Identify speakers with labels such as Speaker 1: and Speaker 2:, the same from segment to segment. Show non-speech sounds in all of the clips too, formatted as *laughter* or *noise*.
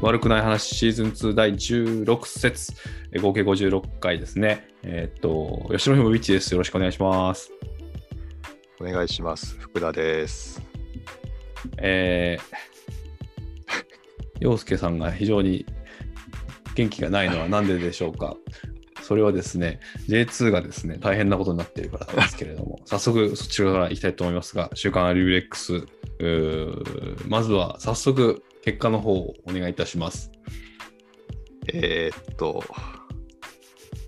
Speaker 1: 悪くない話シーズン2第16節、えー合計56回ですね。えーっと、吉野ひもビッチです。よろしくお願いします。
Speaker 2: お願いします。福田です。
Speaker 1: えー、 *laughs* 洋介さんが非常に元気がないのは何ででしょうか。それはですね、J2 がですね、大変なことになっているからなんですけれども、 *laughs* 早速そちらから行きたいと思いますが、週刊アリューレックス、うーまずは早速結果の方をお願いいたします。
Speaker 2: えーっと、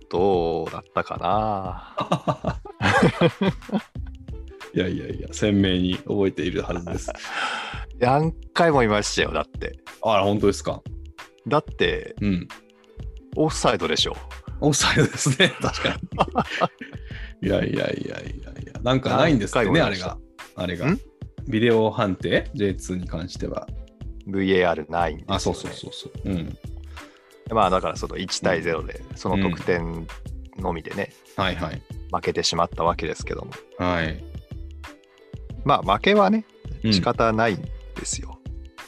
Speaker 2: どうだったかな
Speaker 1: *laughs*
Speaker 2: い
Speaker 1: やいやいや、鮮明に覚えているはず
Speaker 2: *laughs*
Speaker 1: です。
Speaker 2: 何回も言いましたよ、だって。
Speaker 1: あら、本当ですか。
Speaker 2: だって、
Speaker 1: うん。
Speaker 2: オフサイドでしょ。
Speaker 1: オフサイドですね、 *laughs* 確かに。いやいやいやいやいや、なんかないんですってね、あ
Speaker 2: 何
Speaker 1: れ
Speaker 2: 回
Speaker 1: が
Speaker 2: も。
Speaker 1: あれが
Speaker 2: ん。
Speaker 1: ビデオ判定 ?J2 に関しては。
Speaker 2: VAR ないんですよ、ね。
Speaker 1: あ、そうそうそうそう。うん。
Speaker 2: まあ、だからその1対0で、その得点のみでね、
Speaker 1: はいはい。
Speaker 2: 負けてしまったわけですけども。
Speaker 1: はい。
Speaker 2: まあ、負けはね、
Speaker 1: うん
Speaker 2: 仕方ないんですよ。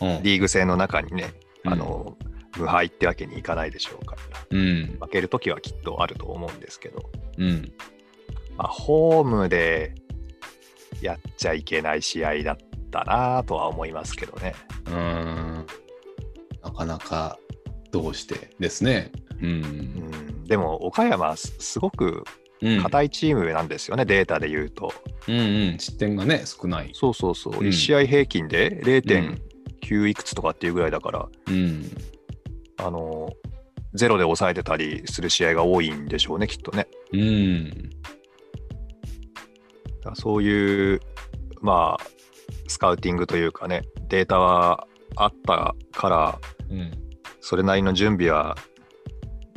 Speaker 1: うん
Speaker 2: リーグ戦の中にね、
Speaker 1: うん
Speaker 2: あの、無敗ってわけにいかないでしょうから。
Speaker 1: うん。
Speaker 2: 負けるときはきっとあると思うんですけど。
Speaker 1: うん。
Speaker 2: まあ、ホームでやっちゃいけない試合だったなとは思いますけどね。
Speaker 1: うーん。なかなか、どうしてですね。う。
Speaker 2: うんん、でも、岡山はす、すごく
Speaker 1: うん。
Speaker 2: 硬いチームなんですよね、データで言うと。
Speaker 1: うんうん。失点がね、少ない。
Speaker 2: そうそうそう、
Speaker 1: うん
Speaker 2: 1試合平均で0.9いくつとかっていうぐらいだから、
Speaker 1: うん。
Speaker 2: あのゼロで抑えてたりする試合が多いんでしょうね、きっとね。
Speaker 1: うん。
Speaker 2: だからそういう、まあ、スカウティングというかね、データはあったから
Speaker 1: うん。
Speaker 2: それなりの準備は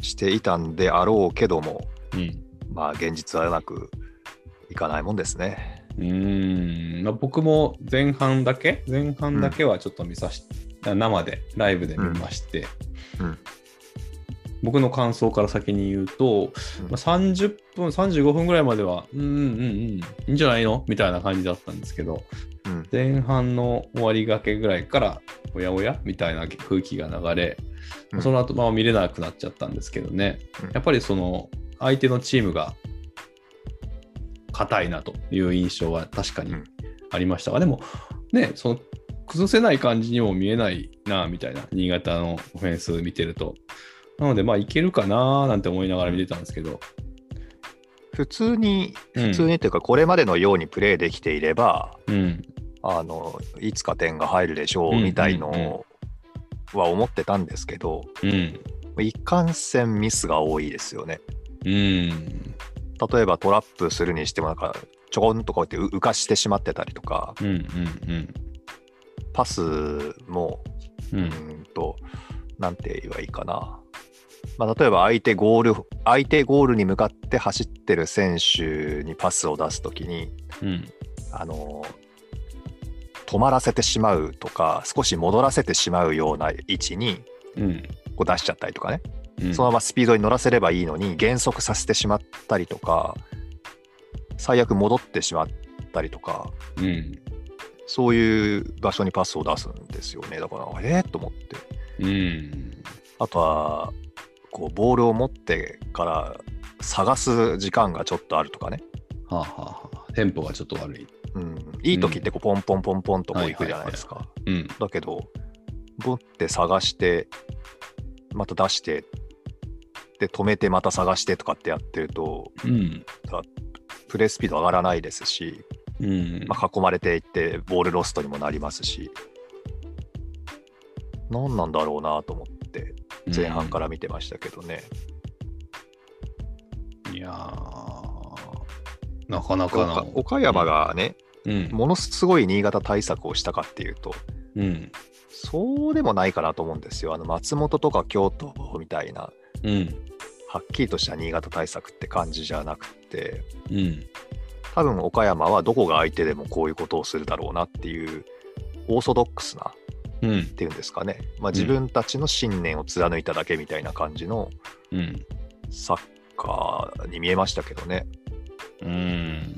Speaker 2: していたんであろうけども、
Speaker 1: うん。
Speaker 2: まあ、現実はうまくいかないもんですね。
Speaker 1: うーん、まあ、僕も前半だけ前半だけはちょっと見さし、生でライブで見まして、
Speaker 2: うん
Speaker 1: 僕の感想から先に言うと、
Speaker 2: うん
Speaker 1: まあ、30分35分ぐらいまではうんうんうんうんいいんじゃないのみたいな感じだったんですけど
Speaker 2: うん、
Speaker 1: 前半の終わりがけぐらいからおやおやみたいな空気が流れ、
Speaker 2: うん
Speaker 1: その後まあ見れなくなっちゃったんですけどね、
Speaker 2: うん
Speaker 1: やっぱりその相手のチームが硬いなという印象は確かに
Speaker 2: うん
Speaker 1: ありましたが、でもねその崩せない感じにも見えないなみたいな新潟のオフェンス見てるとなのでまあいけるかななんて思いながら見てたんですけど、
Speaker 2: 普通に、
Speaker 1: うん
Speaker 2: 普通にというか、これまでのようにプレーできていれば、
Speaker 1: うん
Speaker 2: あのいつか点が入るでしょ
Speaker 1: うん
Speaker 2: うみたい
Speaker 1: うん
Speaker 2: のは思ってたんですけど、
Speaker 1: うん
Speaker 2: いかんせんミスが多いですよね。
Speaker 1: うん
Speaker 2: 例えばトラップするにしても、なんかちょこんとこうやってう浮かしてしまってたりとか、
Speaker 1: うんうん
Speaker 2: パスも
Speaker 1: うんう
Speaker 2: うんーんと、なんて言えばいいかな。まあ、例えば相手ゴール、相手ゴールに向かって走ってる選手にパスを出すときに、
Speaker 1: うん
Speaker 2: あのー止まらせてしまうとか、少し戻らせてしまうような位置に
Speaker 1: うん
Speaker 2: こう出しちゃったりとかね、
Speaker 1: うん
Speaker 2: そのままスピードに乗らせればいいのに、減速させてしまったりとか、最悪戻ってしまったりとか、
Speaker 1: うん
Speaker 2: そういう場所にパスを出すんですよね。だから、えー、と思って。
Speaker 1: うん
Speaker 2: あとはこうボールを持ってから探す時間がちょっとあるとかね、
Speaker 1: はあ、はあはあ、テンポがちょっと悪い
Speaker 2: うん、いい時ってこうポンポンポンポンとこう行くじゃないですか。
Speaker 1: うん
Speaker 2: だけど持って探してまた出してで止めてまた探してとかってやってると
Speaker 1: うん
Speaker 2: プレースピード上がらないですし、
Speaker 1: うん
Speaker 2: まあ、囲まれていってボールロストにもなりますし何なんだろうなと思って前半から見てましたけどね。
Speaker 1: いやーなかなかな
Speaker 2: 岡。岡山がね
Speaker 1: うん。
Speaker 2: ものすごい新潟対策をしたかっていうと、
Speaker 1: うん。
Speaker 2: そうでもないかなと思うんですよ。あの松本とか京都みたいな、
Speaker 1: うん。
Speaker 2: はっきりとした新潟対策って感じじゃなくて、
Speaker 1: うん。
Speaker 2: 多分岡山はどこが相手でもこういうことをするだろうなっていう、オーソドックスなっ
Speaker 1: うん。
Speaker 2: ていうんですかね、まあ、
Speaker 1: ん
Speaker 2: 自分たちの信念を貫いただけみたいな感じの
Speaker 1: うん。
Speaker 2: サッカーに見えましたけどね、
Speaker 1: うん。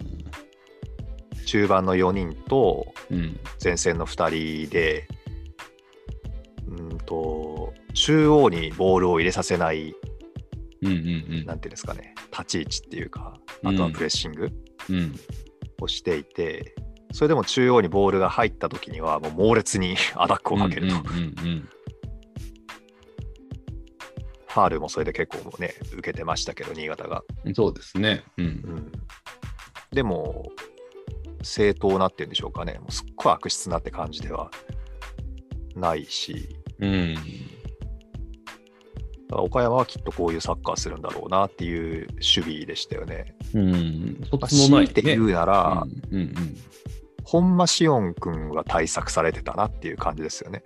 Speaker 2: 中盤の4人と
Speaker 1: うん。
Speaker 2: 前線の2人で、うーんと、中央にボールを入れさせない、
Speaker 1: うんうん
Speaker 2: なんていうんですかね、立ち位置っていうか、あとはプレッシング
Speaker 1: うん。うん。
Speaker 2: をしていて、それでも中央にボールが入った時には、もう猛烈に *laughs* アタックをかけると、
Speaker 1: うんうん
Speaker 2: ファールもそれで結構ね、受けてましたけど、新潟が。
Speaker 1: うん。そうですね。う。
Speaker 2: うんん、でも、正当なっていうんでしょうかね、もうすっごい悪質なって感じではないし、
Speaker 1: うん。
Speaker 2: だから岡山はきっとこういうサッカーするんだろうなっていう守備でしたよね。
Speaker 1: うん。そ
Speaker 2: まあ、
Speaker 1: っちの
Speaker 2: 強
Speaker 1: ないい
Speaker 2: て言
Speaker 1: ね。
Speaker 2: うなら、
Speaker 1: うんうんうん。
Speaker 2: 本間紫音君は対策されてたなっていう感じですよね。